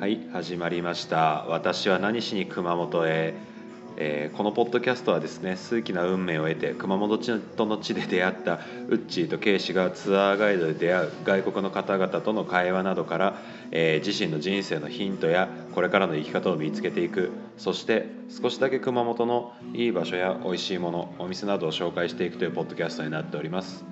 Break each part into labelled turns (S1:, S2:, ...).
S1: はい始まりました私は何しに熊本へ、えーこのポッドキャストはですね数奇な運命を得て熊本との地で出会ったウッチーとケイシがツアーガイドで出会う外国の方々との会話などから、えー自身の人生のヒントやこれからの生き方を見つけていくそして少しだけ熊本のいい場所や美味しいものお店などを紹介していくというポッドキャストになっております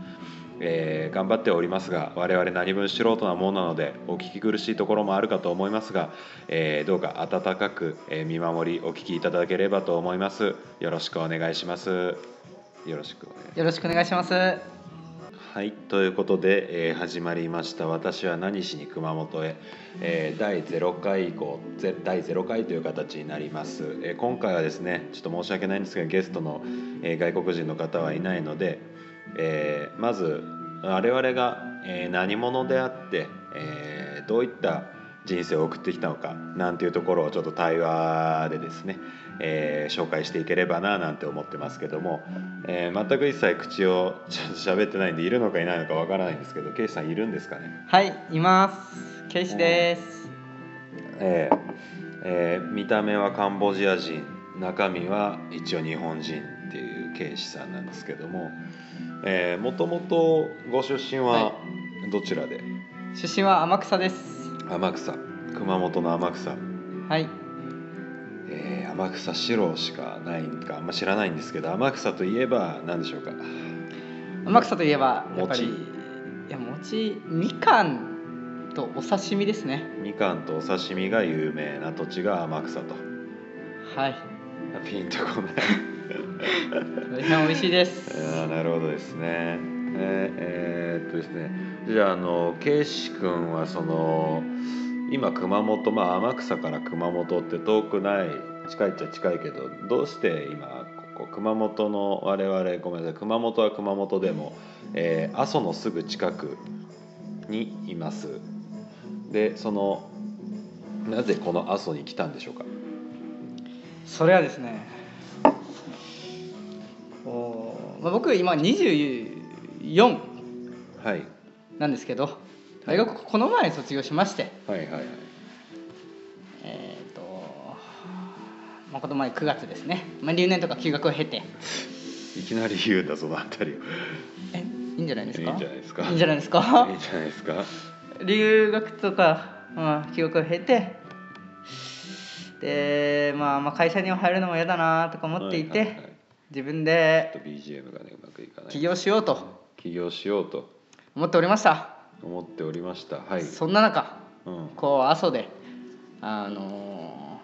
S1: えー頑張っておりますが我々何分素人なものなのでお聞き苦しいところもあるかと思いますが、えーどうか温かく、えー見守りお聞きいただければと思いますよろしくお願いしますよろしくお願いします
S2: よろしくお願いします。
S1: はいということで、えー始まりました「私は何しに熊本へ」えー第0回以降ぜ第0回という形になります、えー今回はですねちょっと申し訳ないんですがゲストの、えー外国人の方はいないので、えーまず我々が、えー何者であって、えーどういった人生を送ってきたのかなんていうところをちょっと対話でですね、えー紹介していければななんて思ってますけども、えー全く一切口をちょっと喋ってないんでいるのかいないのかわからないんですけどケイシさんいるんですかね、
S2: はい、います。ケイシです。
S1: えーえー見た目はカンボジア人中身は一応日本人っていうケイシさんなんですけどももともとご出身は
S2: は
S1: どちらで、
S2: 出身は天草です。
S1: 天草熊本の天草
S2: はい。
S1: えー天草四郎しかないんかあんま知らないんですけど天草といえば何でしょうか
S2: 天草といえばやっぱり
S1: 餅
S2: いや餅みかんとお刺身ですね。
S1: みかんとお刺身が有名な土地が天草と
S2: はい。
S1: ピンとこない
S2: 大変美味しいです。
S1: あーなるほどですねえーえーっとですねじゃああの圭司君はその今熊本まあ天草から熊本って遠くない近いっちゃ近いけどどうして今ここ熊本の我々ごめんなさい熊本は熊本でも、えー阿蘇のすぐ近くにいますでそのなぜこの阿蘇に来たんでしょうか
S2: それはですね。おーまあ、僕今24
S1: はい
S2: なんですけど、大学この前卒業しまして、
S1: はいはいはい
S2: えっ、と。まあ、この前9月ですね、まあ、留年とか休学を経て
S1: いきなり言うんだそのあたりを
S2: えいいんじゃないですか
S1: いいんじゃないですか
S2: いいんじゃないです
S1: いい
S2: か
S1: んじゃないですか
S2: 留学とか、まあ、記憶を経てで、まあ、まあ会社には入るのも嫌だなとか思っていて、
S1: はいはいはい
S2: 自分
S1: ちょ
S2: で
S1: っと BGM がねうまくいかない
S2: 起業しようと
S1: 起業しようと
S2: 思っておりました、
S1: 思っておりましたはい
S2: そんな中
S1: うん
S2: こう阿蘇であの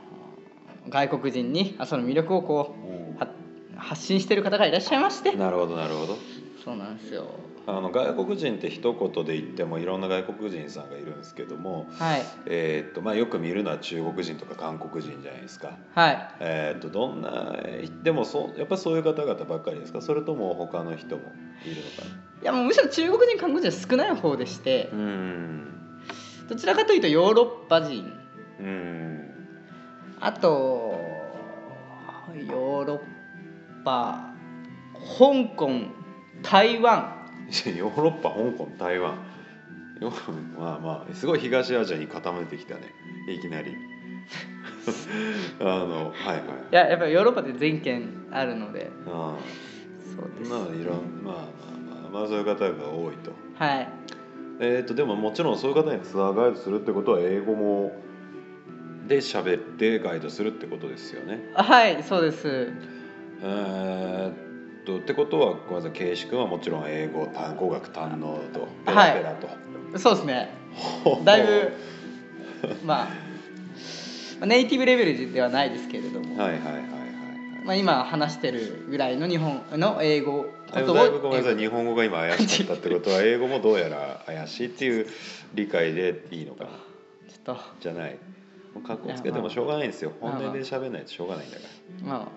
S2: ー外国人に阿蘇の魅力をこうは発信してる方がいらっしゃいまして
S1: なるほどなるほど
S2: そうなんですよ
S1: あの外国人って一言で言ってもいろんな外国人さんがいるんですけども
S2: はい
S1: えーっとまあよく見るのは中国人とか韓国人じゃないですか
S2: はい
S1: えーっとどんなでもそうやっぱそういう方々ばっかりですかそれとも他の人もいるのかない
S2: やもうむしろ中国人韓国人は少ない方でして
S1: うーん
S2: どちらかというとヨーロッパ人
S1: うーん
S2: あとヨーロッパ香港台湾
S1: ヨーロッパ香港台湾ヨーまあまあすごい東アジアに傾いてきたねいきなり あのはいはい
S2: いややっぱりヨーロッパで全県あるので
S1: あ
S2: そう
S1: あ
S2: です
S1: まあいろんまあまあまあ、まあ、そういう方が多いと
S2: はい
S1: えっ、とでももちろんそういう方にツアーガイドするってことは英語もで喋ってガイドするってことですよね
S2: あはいそうです
S1: えーっとってことはごめんなさい圭司君はもちろん英語単語学堪能とペラペラと、
S2: そうですねだいぶまあネイティブレベルではないですけれども、
S1: はいはいはいはい
S2: まあ、今話してるぐらいの日本の英語
S1: で
S2: こと
S1: も
S2: を
S1: だいぶごめんなさい日本語が今怪しかったってことは英語もどうやら怪しいっていう理解でいいのかな
S2: ちょっと
S1: じゃないもう格好つけてもしょうがないんですよ
S2: いやま
S1: 本
S2: あ
S1: 音で喋んないとしょうがないんだか
S2: ま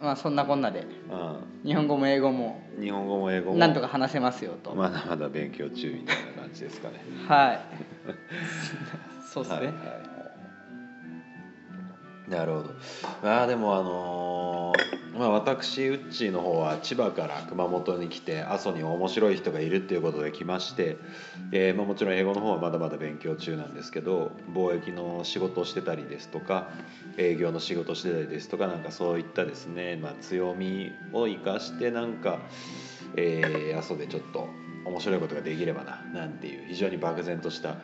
S2: あまあそんなこんなで
S1: ら、
S2: 日本語も英語も
S1: うん、日本語も英語も
S2: なんとか話せますよと、
S1: まだまだ勉強中みたいな感じですかね
S2: はい そうです
S1: はい
S2: ね、
S1: はいなるほどああでもあのーまあ、私ウッチーの方は千葉から熊本に来て阿蘇に面白い人がいるっていうことで来まして、えーまあ、もちろん英語の方はまだまだ勉強中なんですけど貿易の仕事をしてたりですとか営業の仕事をしてたりですとかなんかそういったですね、まあ、強みを生かしてなんか、えー阿蘇でちょっと面白いことができればななんていう非常に漠然とした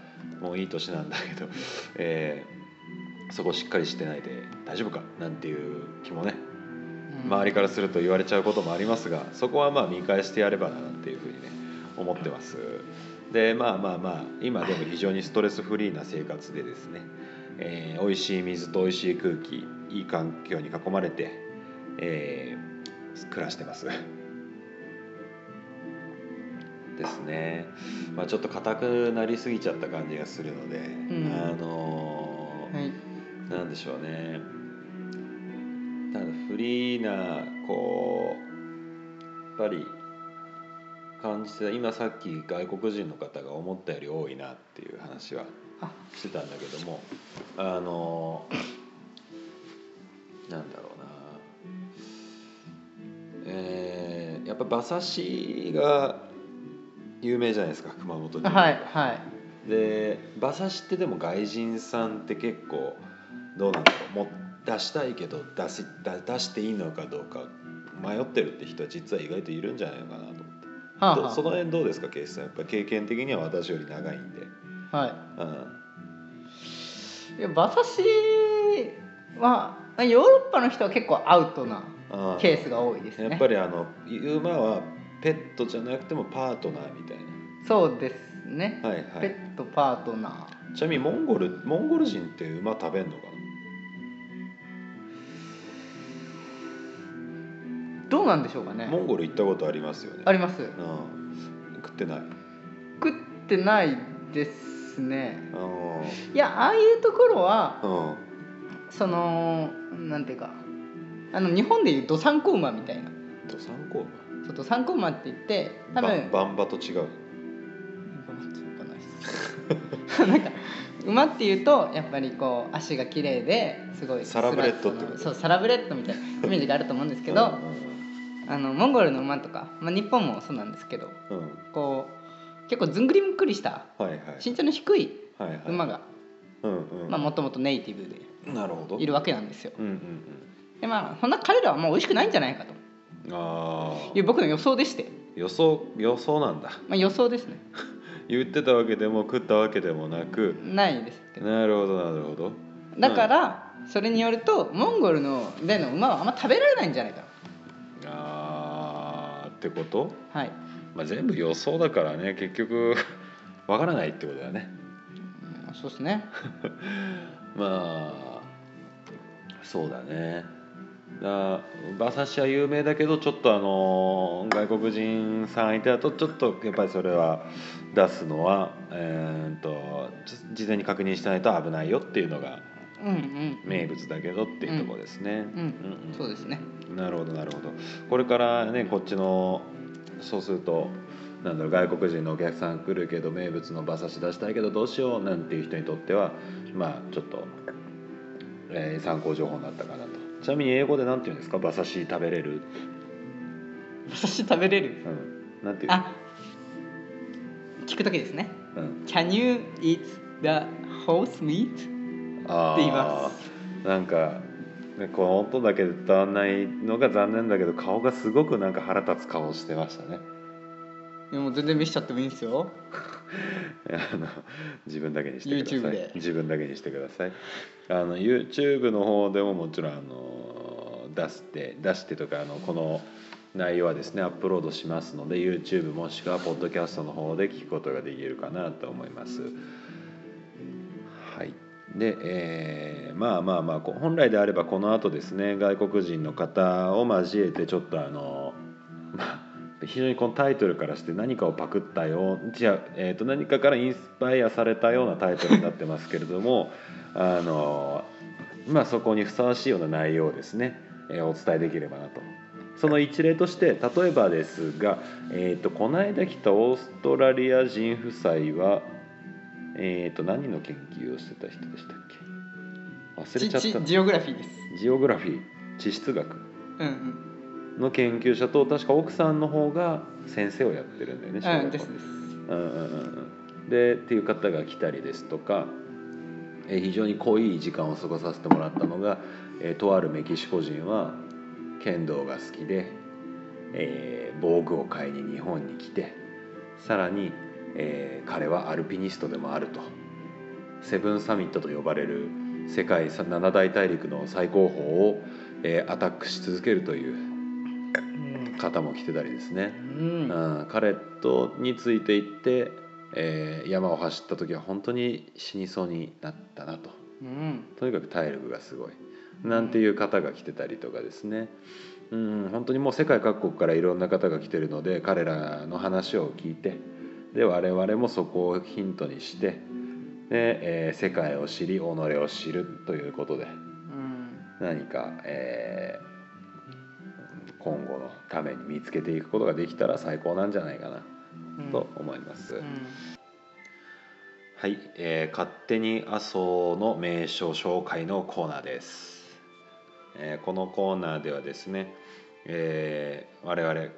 S1: もういい年なんだけど、えーそこしっかりしてないで大丈夫かなんていう気もね周りからすると言われちゃうこともありますがそこはまあ見返してやればなっていうふうにね思ってますでまあまあまあ今でも非常にストレスフリーな生活でですね、えー美味しい水と美味しい空気いい環境に囲まれて、えー暮らしてますですね、まあ、ちょっと硬くなりすぎちゃった感じがするので、
S2: ん
S1: あのー
S2: はい
S1: なんでしょうねただフリーなこうやっぱり感じてた今さっき外国人の方が思ったより多いなっていう話は
S2: あ
S1: してたんだけどもあのなんだろうなえーやっぱ馬刺しが有名じゃないですか熊本で
S2: はいはい
S1: で馬刺しってでも外人さんって結構どうなんだろうもう出したいけど出し出出していいのかどうか迷ってるって人は実は意外といるんじゃないのかなと思って、
S2: はあ
S1: どその
S2: は
S1: 辺どうですかケイスさんやっぱ経験的には私より長いんで、
S2: あはい
S1: うん、
S2: いや馬刺しはヨーロッパの人は結構アウトな
S1: あ
S2: ケースが多いですね
S1: やっぱりあの馬はペットじゃなくてもパートナーみたい
S2: そうですね、
S1: なはいは
S2: ペ
S1: い
S2: ットパートナ
S1: ちなみにモンゴルモンゴル人って馬食べんのか
S2: ーどうなんでしょうか
S1: な
S2: ね
S1: モンゴル行ったことありますよね
S2: あります
S1: うん、食ってない
S2: 食ってないですね
S1: う
S2: いやああいうところは
S1: んうん
S2: そのなんていうかあの日本でいうどさんこ馬みたいな
S1: と参考
S2: そうどさんこ馬って言って多
S1: 馬バ
S2: 分
S1: ンバンバと違う
S2: なんか馬っていうとやっぱりこう足が綺麗ですごい
S1: サラブレッドってこと
S2: スラッとなそうサラブレッドみたいなイメージがあると思うんですけ
S1: う
S2: ど、
S1: ん
S2: あのモンゴルの馬とか、まあ、日本もそうなんですけど
S1: うんうん
S2: こう結構ずんぐりむっくりした
S1: はいはい
S2: 身長の低い
S1: はいはい
S2: 馬が
S1: うんうん
S2: まあもともとネイティブ
S1: なるほど
S2: でいるわけなんですよ
S1: うんうん
S2: でまあそんな彼らはもう美味しくないんじゃないかと
S1: うんあ
S2: い
S1: あ
S2: う僕の予想でして、
S1: 予想予想なんだ
S2: まあ、予想ですね
S1: 言ってたわけでも食ったわけでもなく
S2: ないですけど
S1: なるほどなるほど
S2: だからそれによるとモンゴルのでの馬はあんま食べられないんじゃないかな
S1: ああってこと、
S2: はい
S1: まあ、全部予想だからね結局 わからないってことだね
S2: うんそうですね
S1: まあそうだねだ馬刺しは有名だけどちょっとあの外国人さん相手だとちょっとやっぱりそれは出すのは、えー、とちょ事前に確認しないと危ないよっていうのが
S2: うん
S1: 名物だけどっていうところですね。
S2: うんうんそうですね
S1: なるほどなるほどこれからねこっちのそうするとなんだろう外国人のお客さん来るけど名物の馬刺し出したいけどどうしようなんていう人にとってはまあちょっと、えー参考情報になったかなとちなみに英語で何て言うんですか馬刺し食べれる、
S2: 馬刺し食べれる
S1: うん、なんていう
S2: あ聞く時ですね
S1: うん、
S2: Can you eat the horse meat?
S1: あー
S2: って言います
S1: なんかねこの音だけで伝わんないのが残念だけど顔がすごくなんか腹立つ顔をしてましたね
S2: でも全然見せちゃってもいいんですよ。
S1: あの自分だけにしてくだ
S2: YouTube
S1: さい
S2: で
S1: 自分だけにしてくださいあの YouTube の方でももちろんあの出して出してとかあのこの内容はですねアップロードしますので YouTube もしくはポッドキャストの方で聞くことができるかなと思いますはいで、えーまあまあまあこ本来であればこの後ですね外国人の方を交えてちょっとあのまあ非常にこのタイトルからして何かをパクったよじゃあ、えー、と何かからインスパイアされたようなタイトルになってますけれどもあの、まあ、そこにふさわしいような内容をですね、えーお伝えできればなと。その一例として例えばですが、えー、とこの間来たオーストラリア人夫妻は、えー、と何の研究をしてた人でしたっけ忘れ
S2: ち
S1: ちゃっ
S2: ち
S1: たな
S2: ジオグラフィーです。
S1: ジオグラフィー地質学
S2: うんうん
S1: の研究者と確か奥さんの方が先生をやってるんだよね小学校
S2: うんですです
S1: うんうんうんうんでっていう方が来たりですとか、えー非常に濃い時間を過ごさせてもらったのが、えーとあるメキシコ人は剣道が好きで、えー防具を買いに日本に来てさらに、えー彼はアルピニストでもあるとセブンサミットと呼ばれる世界さ七大大陸の最高峰を、えーアタックし続けるという
S2: うん
S1: 方も来てたりですね。
S2: うん
S1: うん、彼とについていって、えー山を走った時は本当に死にそうになったなと
S2: うん
S1: とにかく体力がすごいなんていう方が来てたりとかですね、うん、本当にもう世界各国からいろんな方が来てるので彼らの話を聞いてで我々もそこをヒントにしてで、えー世界を知り己を知るということで
S2: うん
S1: 何か、えー今後のために見つけていくことができたら最高なんじゃないかな。
S2: うん
S1: と思います。
S2: うん
S1: はい、えー勝手に阿蘇の名所紹介のコーナーです。えーこのコーナーではですね、えー我々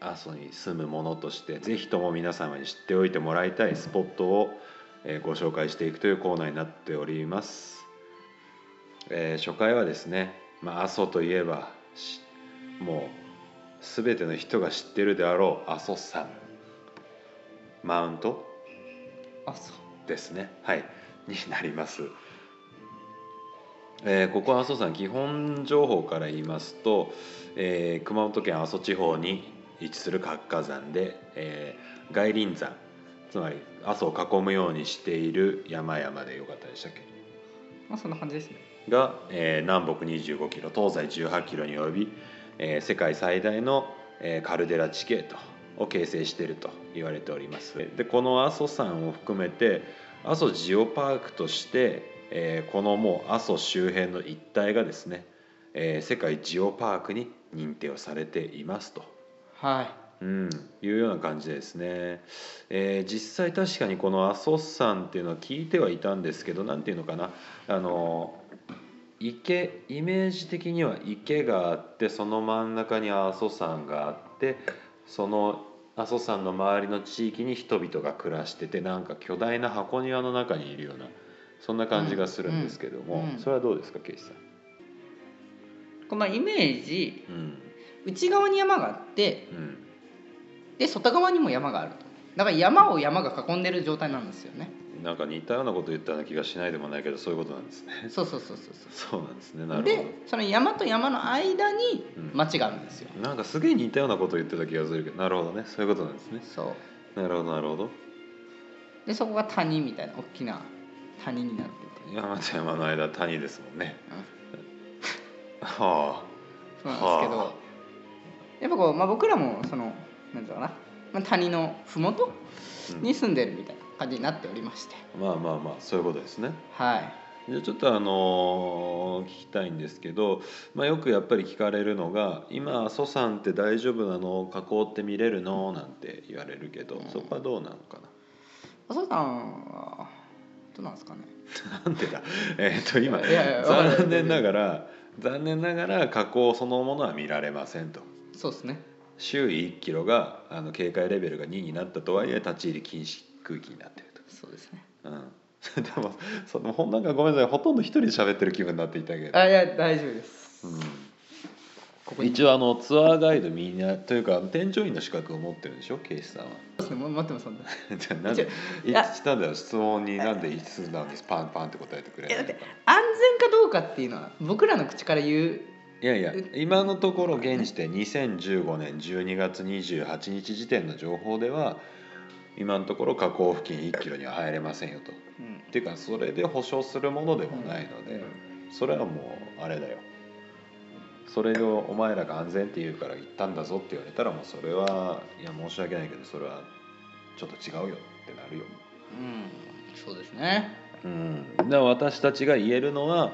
S1: 阿蘇に住む者としてぜひとも皆様に知っておいてもらいたいスポットを、えーご紹介していくというコーナーになっております。えー初回はですね、まあ、阿蘇といえばしもう全ての人が知ってるであろう阿蘇山マウント
S2: あそう
S1: ですねはい になります、えーここ阿蘇山基本情報から言いますと、えー熊本県阿蘇地方に位置する活火山で、えー外輪山つまり阿蘇を囲むようにしている山々でよかったでしたっけ
S2: まあそんな感じですね
S1: が、えー南北25キロ東西18キロに及び、えー世界最大の、えーカルデラ地形とを形成していると言われておりますでこの阿蘇山を含めて阿蘇ジオパークとして、えーこのもう阿蘇周辺の一帯がですね、えー世界ジオパークに認定をされていますと
S2: は
S1: うん、いうような感じですね、えー実際確かにこの阿蘇山っていうのは聞いてはいたんですけど何ていうのかなあの池イメージ的には池があってその真ん中に阿蘇山があってその阿蘇山の周りの地域に人々が暮らしててなんか巨大な箱庭の中にいるようなそんな感じがするんですけども、
S2: うんうん
S1: それはどうですかケイシさん。
S2: いこのイメージ
S1: うん
S2: 内側に山があって
S1: うん
S2: で外側にも山があるとだから山を山が囲んでる状態なんですよね
S1: なんか似たようなこと言ったような気がしないでもないけどそういうことなんですね。
S2: そうそうそうそうそ
S1: そ
S2: う
S1: うなんですねなるほど
S2: でその山と山の間に
S1: うん
S2: 町があるんですよ、
S1: なんかすげえ似たようなこと言ってた気がするけどなるほどねそういうことなんですね
S2: そう
S1: なるほどなるほど
S2: でそこが谷みたいな大きな谷になってて、
S1: 山と山の間谷ですもんね
S2: うん
S1: は
S2: そうなんですけど、
S1: はあ
S2: やっぱこう、まあ、僕らもそのなんだろうのかな、まあ、谷の麓
S1: あ、うん
S2: に住んでるみたいな感じになっておりまして、
S1: まあまあまあそういうことですね
S2: はい
S1: じゃあちょっとあのー聞きたいんですけど、まあ、よくやっぱり聞かれるのが「今阿蘇山って大丈夫なの河口って見れるの?」なんて言われるけど
S2: うん
S1: そこはどうなのかな
S2: 浅田さんはどうなんですかね
S1: なんでだえっと今
S2: いやいやわかんない
S1: 残念ながら残念ながら河口そのものは見られませんと。
S2: そうですね
S1: 周囲1キロがあの警戒レベルが2になったとはいえ立ち入り禁止区域になっている
S2: そうですね
S1: と、うん、 でもそのほんなんかごめんなさいほとんど一人で喋ってる気分になっていたけど、
S2: あいや大丈夫です、こ
S1: う
S2: こ
S1: ん、
S2: に
S1: 一応あのツアーガイドみんなというか店長員の資格を持ってるんでしょ警視さんは
S2: そうですねも待ってますそんな
S1: じゃあなんで
S2: 一応
S1: い
S2: いや
S1: なんだよ質問になんでいつなんですパンパンって答えてくれ
S2: いや
S1: な
S2: だ
S1: い
S2: っ
S1: の
S2: て
S1: か
S2: 安全かどうかっていうのは僕らの口から言う
S1: いやいや今のところ現時点2015年12月28日時点の情報では今のところ河口付近1キロには入れませんよと。
S2: うん
S1: っていうかそれで保証するものでもないので、それはもうあれだよそれをお前らが安全って言うから行ったんだぞって言われたらもうそれはいや申し訳ないけどそれはちょっと違うよってなるよ
S2: うんそうですね
S1: うんだから私たちが言えるのは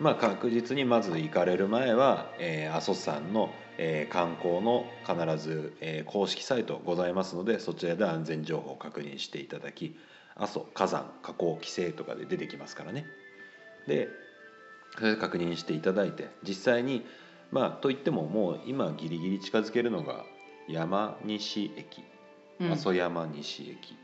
S1: まあ確実にまず行かれる前は、えー阿蘇山の、えー観光の必ず、えー公式サイトございますのでそちらで安全情報を確認していただき阿蘇火山火口規制とかで出てきますからねでそれで確認していただいて実際にまあといってももう今ギリギリ近づけるのが山西駅
S2: うん
S1: 阿蘇山西駅、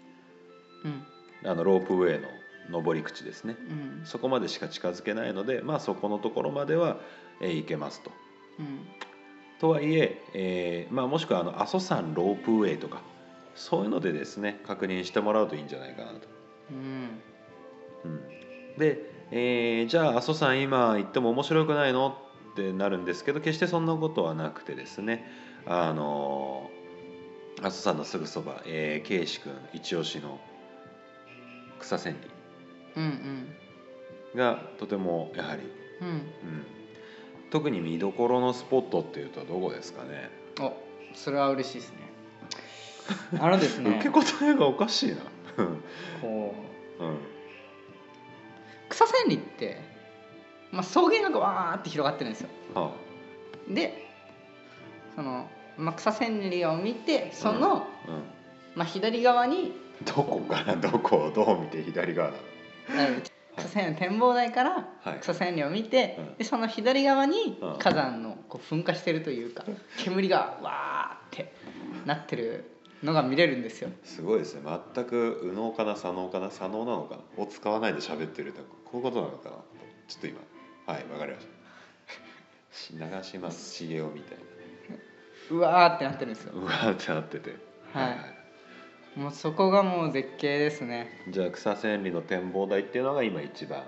S2: うん
S1: あのロープウェイの上り口ですね
S2: うん
S1: そこまでしか近づけないのでまあそこのところまでは、えー行けますと。
S2: うん
S1: とはいええーまあ、もしくはあの阿蘇山ロープウェイとかそういうのでですね確認してもらうといいんじゃないかなと。
S2: うん
S1: うん、で、えーじゃあ阿蘇山今行っても面白くないのってなるんですけど決してそんなことはなくてですねあのー阿蘇山のすぐそば、えー、圭志君一押しの草千里
S2: うん
S1: がとてもやはり、
S2: うんうん
S1: うん、特に見どころのスポットっていうとどこですかね
S2: おそれは嬉しいですねあのです
S1: 受
S2: ね
S1: け答えがおかしいな。
S2: こ
S1: うんうん
S2: う草千里って、まあ、草原がわーって広がってるんですよ
S1: は
S2: でその、まあ、草千里を見てそ
S1: あう
S2: の、
S1: ん
S2: まあ、左側に
S1: どこからどこをどう見て左側なの
S2: あの草千里の展望台から
S1: はい
S2: 草千里を見て、
S1: うん
S2: でその左側に
S1: うん
S2: 火山のこう噴火してる というか煙がわーってなってるのが見れるんですよ。
S1: すごいですね全く右脳かな左脳かな左脳なのかなを使わないで喋ってるとこういうことなのかなちょっと今はいわかりました長 嶋茂雄みたいう
S2: わーってなってるんですよ
S1: な。うわーってなってて
S2: はいもうそこがもう絶景ですね。
S1: じゃあ草千里の展望台っていうのが今一番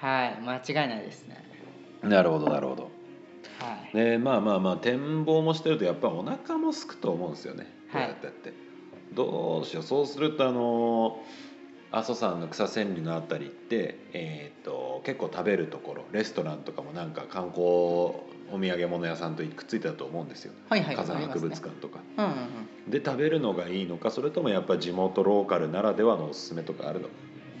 S2: はい、間違いないですね。
S1: なるほどなるほど
S2: はい。
S1: ねまあまあまあ展望もしてるとやっぱお腹も空くと思うんですよね、
S2: はい
S1: どうやってやってどうしようそうするとあの阿蘇山の草千里のあたりって、えー、と結構食べるところレストランとかもなんか観光お土産物屋さんとくっついてたと思うんですよ、
S2: はいはい。
S1: 火山博物
S2: ありますね
S1: 館とか、
S2: うんうん
S1: で食べるのがいいのかそれともやっぱ地元ローカルならではのおすすめとかあるの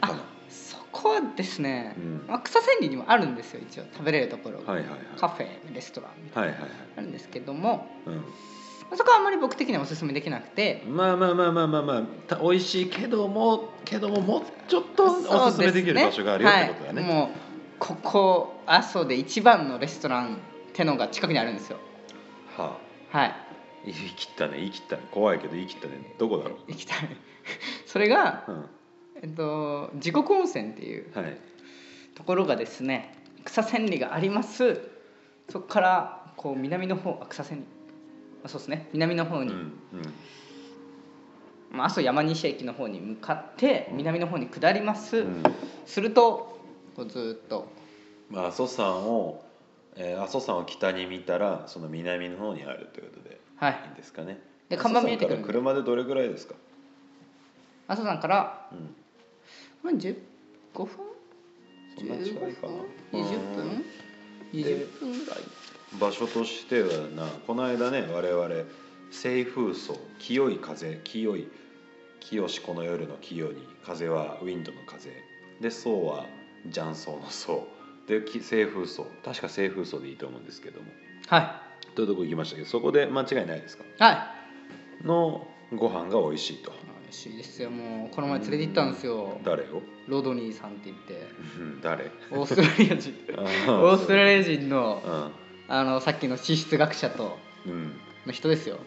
S1: かな
S2: うん。そこはですね、
S1: うん
S2: まあ、草千里にもあるんですよ一応食べれるところが、
S1: はいはいはい
S2: カフェレストランみたい
S1: はいはいはい、
S2: なのあるんですけども
S1: うん、
S2: そこはあんまり僕的にはおすすめできなくて
S1: まあまあまあまあまあまあた美味しいけどもけどももうちょっとおすすめできる場所があるよってことだね
S2: はい、もうここ阿蘇で一番のレストランってのが近くにあるんですよ
S1: はあ
S2: はい
S1: 言い切ったね言い切ったね怖いけど言い切ったねどこだろう
S2: 行きたい それが、
S1: うん
S2: えっと、地獄温泉っていう
S1: はい
S2: ところがですね草千里がありますそこからこう南の方あ草千里あそうですね南の方
S1: うん
S2: に、
S1: うん
S2: まあ、阿蘇山西駅の方に向かって
S1: うん
S2: 南の方に下ります、
S1: うん
S2: するとこうずーっと
S1: まあ阿蘇山をえー阿蘇山を北に見たらその南の方にあるということで
S2: はい
S1: いいんですかね
S2: で看板見えてく
S1: 阿
S2: るん
S1: 蘇山から
S2: で
S1: 車でどれぐらいですか
S2: 阿蘇山から
S1: うん
S2: まあ15分
S1: そんな近いかな
S2: 20
S1: うん
S2: 分20分ぐらい
S1: 場所としてはなこの間ね我々西風荘清い風清い清しこの夜の清に風はウィンドの風で荘は雀荘の荘でき西風荘確か西風荘でいいと思うんですけども
S2: は
S1: というとこ行きましたけどそこで間違いないですか
S2: いはい
S1: のご飯が美味しいと
S2: 美味しいですよもうこの前連れて行ったんですよ
S1: 誰を
S2: ロドニーさんって言って
S1: うん誰
S2: オーストラリア人
S1: オ
S2: オーストラ
S1: リ
S2: リア人の
S1: ア
S2: あのさっきの地質学者と
S1: うん、
S2: の人ですよ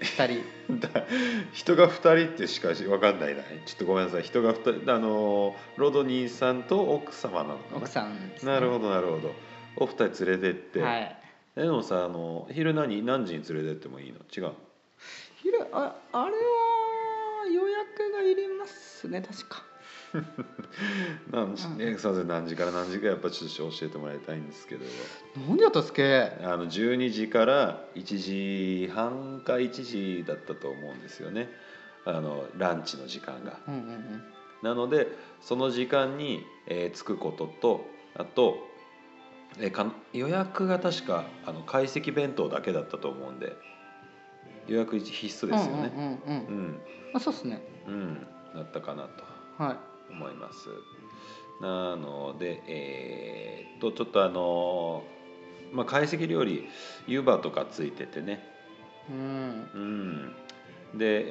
S2: 2人
S1: うん、だ人が2人ってしか分かんないなちょっとごめんなさい人が2人あのロドニーさんと奥様なのかな
S2: 奥さんですね、
S1: なるほどなるほどお二人連れてって、
S2: はい
S1: えでもさあの昼何何時に連れてってもいいの違う
S2: 昼ああれは予約がいりますね確か
S1: 何時、
S2: うん
S1: えすいません何時から何時かやっぱちょっと教えてもらいたいんですけど
S2: なんでやったっすけ
S1: あの12時から1時半か1時だったと思うんですよねあのランチの時間が
S2: うんうんうん
S1: なのでその時間に、えー着くこととあと、えーか予約が確かあの懐石弁当だけだったと思うんで予約必須ですよね、
S2: うんうんうん
S1: う
S2: うん
S1: ん、
S2: あそうっすね
S1: うん、だったかなと
S2: は
S1: 思います。なので、えーっとちょっとあのーまあ懐石料理湯葉とかついててね、
S2: いうん
S1: うん、で、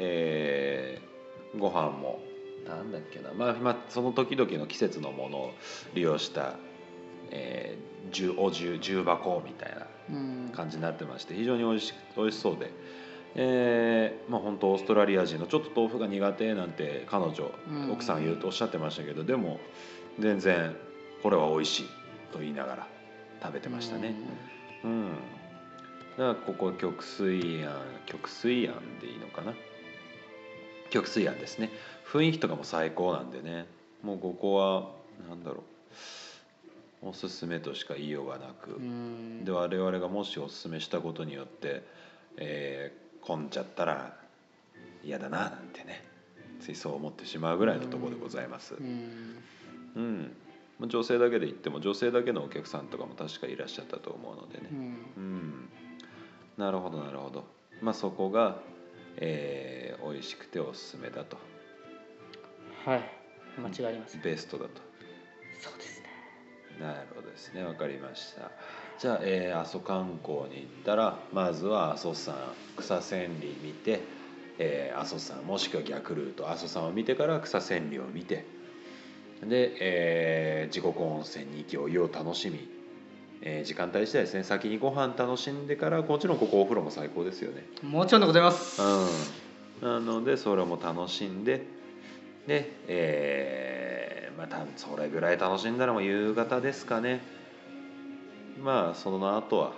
S1: えーご飯もなんだっけな、まあまあ、その時々の季節のものを利用したえー、重お重重箱みたいな
S2: うん
S1: 感じになってまして非常に美味し美味しそうで、えーまあ、本当オーストラリア人のちょっと豆腐が苦手なんて彼女、
S2: うん
S1: 奥さん言うとおっしゃってましたけどでも全然これは美味しいと言いながら食べてましたね。うん、だからここ極水庵極水庵でいいのかな極水庵ですね雰囲気とかも最高なんでねもうここは何だろうおすすめとしか言いようがなく、
S2: うん
S1: で我々がもしおすすめしたことによって、えー混んじゃったら嫌だななんてねついそう思ってしまうぐらいのところでございます
S2: う、ん
S1: うんまあ女性だけで言っても女性だけのお客さんとかも確かいらっしゃったと思うのでね
S2: う、ん
S1: うん、なるほどなるほどまあそこが、えー美味しくておすすめだと
S2: はい間違いありません
S1: ベストだと
S2: そうですね
S1: なるほどですねわかりましたじゃあ、えー阿蘇観光に行ったらまずは阿蘇山草千里見て、えー阿蘇山もしくは逆ルート阿蘇山を見てから草千里を見てで、えー地獄温泉に行きお湯を楽しみ、えー時間帯次第ですね先にご飯楽しんでからもちろんここお風呂も最高ですよね
S2: もちろんでございます
S1: うん、なのでそれも楽しんでで、えーまあ多分それぐらい楽しんだらもう夕方ですかねまあその後は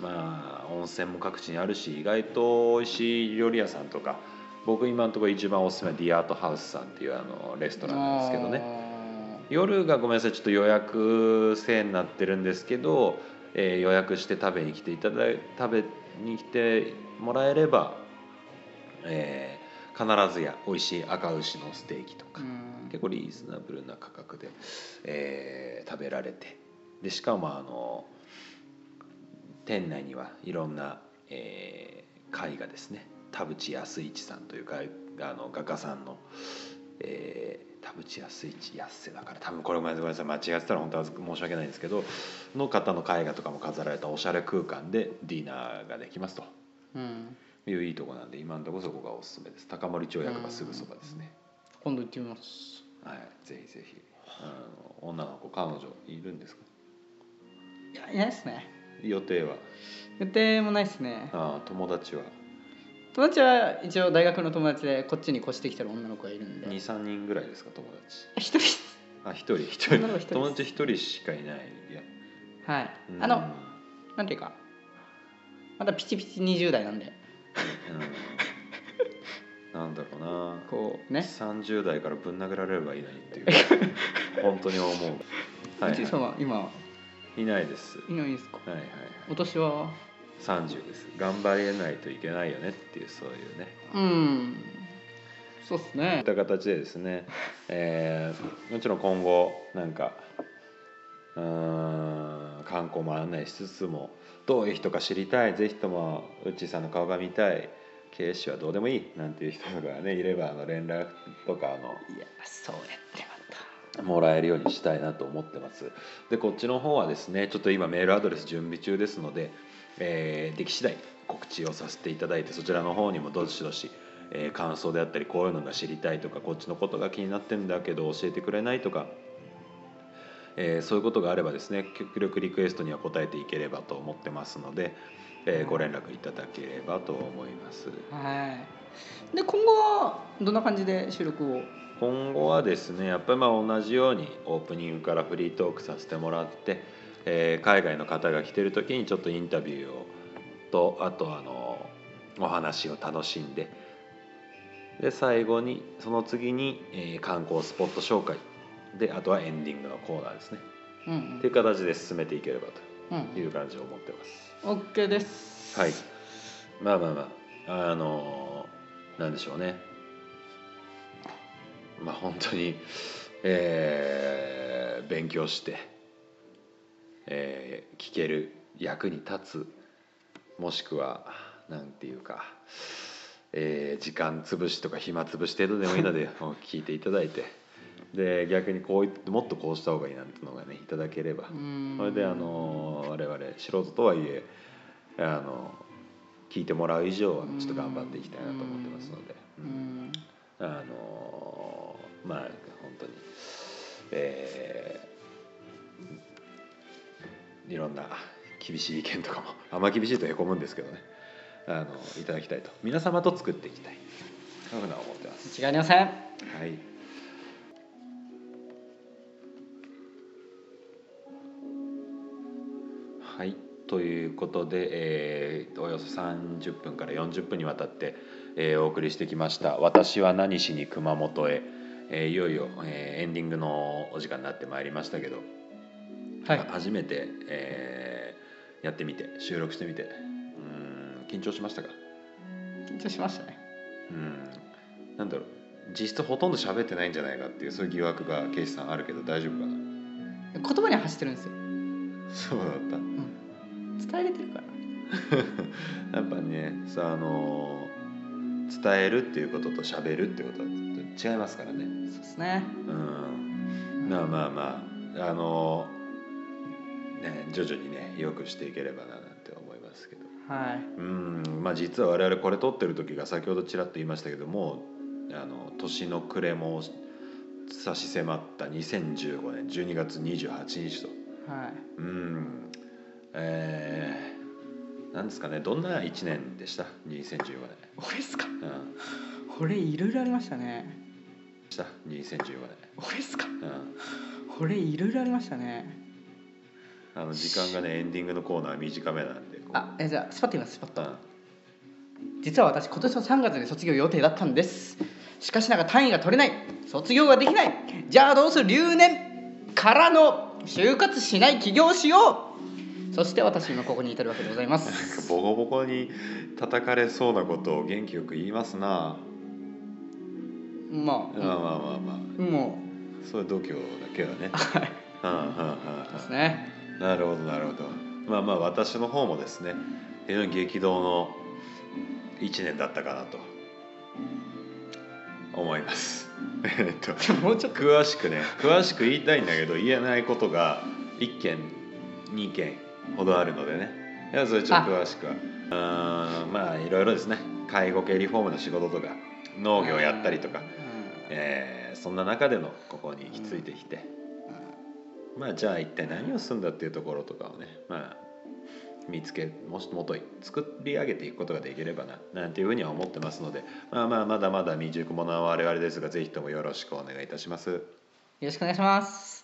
S1: まあ温泉も各地にあるし意外と美味しい料理屋さんとか僕今のところ一番おすすめはディアートハウスさんっていうあのレストランなんですけどね夜がごめんなさいちょっと予約制になってるんですけど、えー予約して食べに来ていただい食べに来てもらえれば、えー必ずや美味しい赤牛のステーキとか、
S2: うん
S1: 結構リーズナブルな価格で、えー食べられてでしかもあの店内にはいろんな、えー絵画ですね田淵康一さんというかあの画家さんの、えー田淵康一安瀬だから多分これごめんなさい間違ってたら本当は申し訳ないんですけどの方の絵画とかも飾られたおしゃれ空間でディナーができますと
S2: うん
S1: いういいとこなんで今のところそこがおすすめです高森町役場すぐそばですね。
S2: 今度行ってみます
S1: はい、ぜひぜひ。あの女の子彼女いるんですか。
S2: いやいないですね
S1: 予定は。
S2: 予定もないですね
S1: ああ、友達は
S2: 友達は一応大学の友達でこっちに越してきてる女の子がいるんで
S1: 二三人ぐらいですか友達。
S2: 一人っす
S1: あ、一人一
S2: 女の
S1: 人。
S2: 子一人です
S1: 友達一人しかいない。いや。
S2: はい
S1: うん
S2: あのなんていうかまだピチピチ20代なんで
S1: うんなんだろうな。
S2: こう ね
S1: 三十代からぶん殴られればいいのに っていう。本当に思う。は
S2: う
S1: い、
S2: ちさん
S1: は
S2: は今
S1: い。いないです。
S2: いないですか
S1: はいはいはい。
S2: お年は
S1: 三十です。頑張れないといけないよねっていうそういうね。
S2: うんそうっす
S1: とい
S2: ね
S1: った形でですね、えーもちろん今後なんかうーん観光も案内しつつもどういう人か知りたいぜひともウッチーさんの顔が見たい経営士はどうでもいいなんていう人がねいればあの連絡とかあ
S2: いやそうやってまた
S1: のもらえるようにしたいなと思ってますでこっちの方はですねちょっと今メールアドレス準備中ですので、えーでき次第告知をさせていただいてそちらの方にもどしどしえー感想であったりこういうのが知りたいとかこっちのことが気になってんだけど教えてくれないとか、えーそういうことがあればですね極力リクエストには答えていければと思ってますので、えーご連絡いただければと思います
S2: はい。で今後はどんな感じで収録を？
S1: 今後はですねやっぱりまあ同じようにオープニングからフリートークさせてもらって、えー海外の方が来てる時にちょっとインタビューをとあとあのお話を楽しんでで最後にその次に、えー観光スポット紹介であとはエンディングのコーナーですね
S2: うんう
S1: ってい
S2: ん。
S1: う形で進めていければ
S2: う
S1: とい
S2: ん。
S1: う感じを思ってます
S2: オッケーです。
S1: はいまあまあまああのーなんでしょうねまあ本当にえー勉強してえー聞ける役に立つもしくはなんていうか、えー時間潰しとか暇潰し程度でもいいのでもう聞いていただいてで逆にこういもっとこうした方がいいなんてのがねいただければ
S2: うん
S1: それであの我々素人とはいえあの聞いてもらう以上はちょっと頑張っていきたいなと思ってますので、う
S2: う
S1: ん
S2: ん。
S1: あのまあ本当に、えいろんな厳しい意見とかもあんま厳しいとへこむんですけどねあのいただきたいと皆様と作っていきたいというふうには思ってます。
S2: 違いありません
S1: はいはい、ということで、えーおよそ30分から40分にわたって、えーお送りしてきました「私は何しに熊本へ」えーいよいよ、えーエンディングのお時間になってまいりましたけど、
S2: はい
S1: あ初めて、えーやってみて収録してみてうーん緊張しましたか
S2: 緊張しましたね
S1: うんなんだろう実質ほとんど喋ってないんじゃないかっていうそういう疑惑がケイシさんあるけど大丈夫かな
S2: 言葉には走ってるんですよ、
S1: そうだった
S2: うん、伝えれてるから
S1: やっぱねさあの伝えるっていうことと喋るってことは違いますからね
S2: そうですね
S1: うんまあまあまああのね徐々にね良くしていければななんて思いますけど
S2: はい
S1: うんまあ実は我々これ撮ってる時が先ほどちらっと言いましたけどもあの年の暮れも差し迫った2015年12月28日と
S2: はい
S1: うんえー、なんですかねどんな1年でした2015
S2: 俺っすか
S1: 年うん
S2: 俺いろいろありましたね
S1: した2015
S2: 俺っすか
S1: 年うん
S2: 俺いろいろありましたね
S1: あの時間がねエンディングのコーナー短めなんでこう
S2: あえじゃあスパッと言いますスパッ
S1: う
S2: と
S1: ん
S2: 実は私今年の3月で卒業予定だったんですしかしながら単位が取れない卒業ができないじゃあどうする留年からの就活しない起業しようそして私今ここに至るわけでございます
S1: なんかボコボコに叩かれそうなことを元気よく言いますな、
S2: ま
S1: まあ
S2: あ、
S1: まあまあまあ
S2: うんも
S1: そういう度胸だけはねうんうん
S2: うです
S1: うん
S2: ね
S1: うんなるほどなるほどまあまあ私の方もですね非常に激動の1年だったかなと思います えっと
S2: もうちょっと
S1: 詳しくね詳しく言いたいんだけど言えないことが1件2件ほどあるのでねいやそれちょっと詳しくはうーんまあいろいろですね介護系リフォームの仕事とか農業やったりとか、えーそんな中でのここに行き着いてきて、まあじゃあ一体何をするんだっていうところとかをねまあ見つけもしもとい作り上げていくことができればななんていうふうには思ってますのでまあまあまだまだ未熟者は我々ですがぜひともよろしくお願いいたします。
S2: よろしくお願いします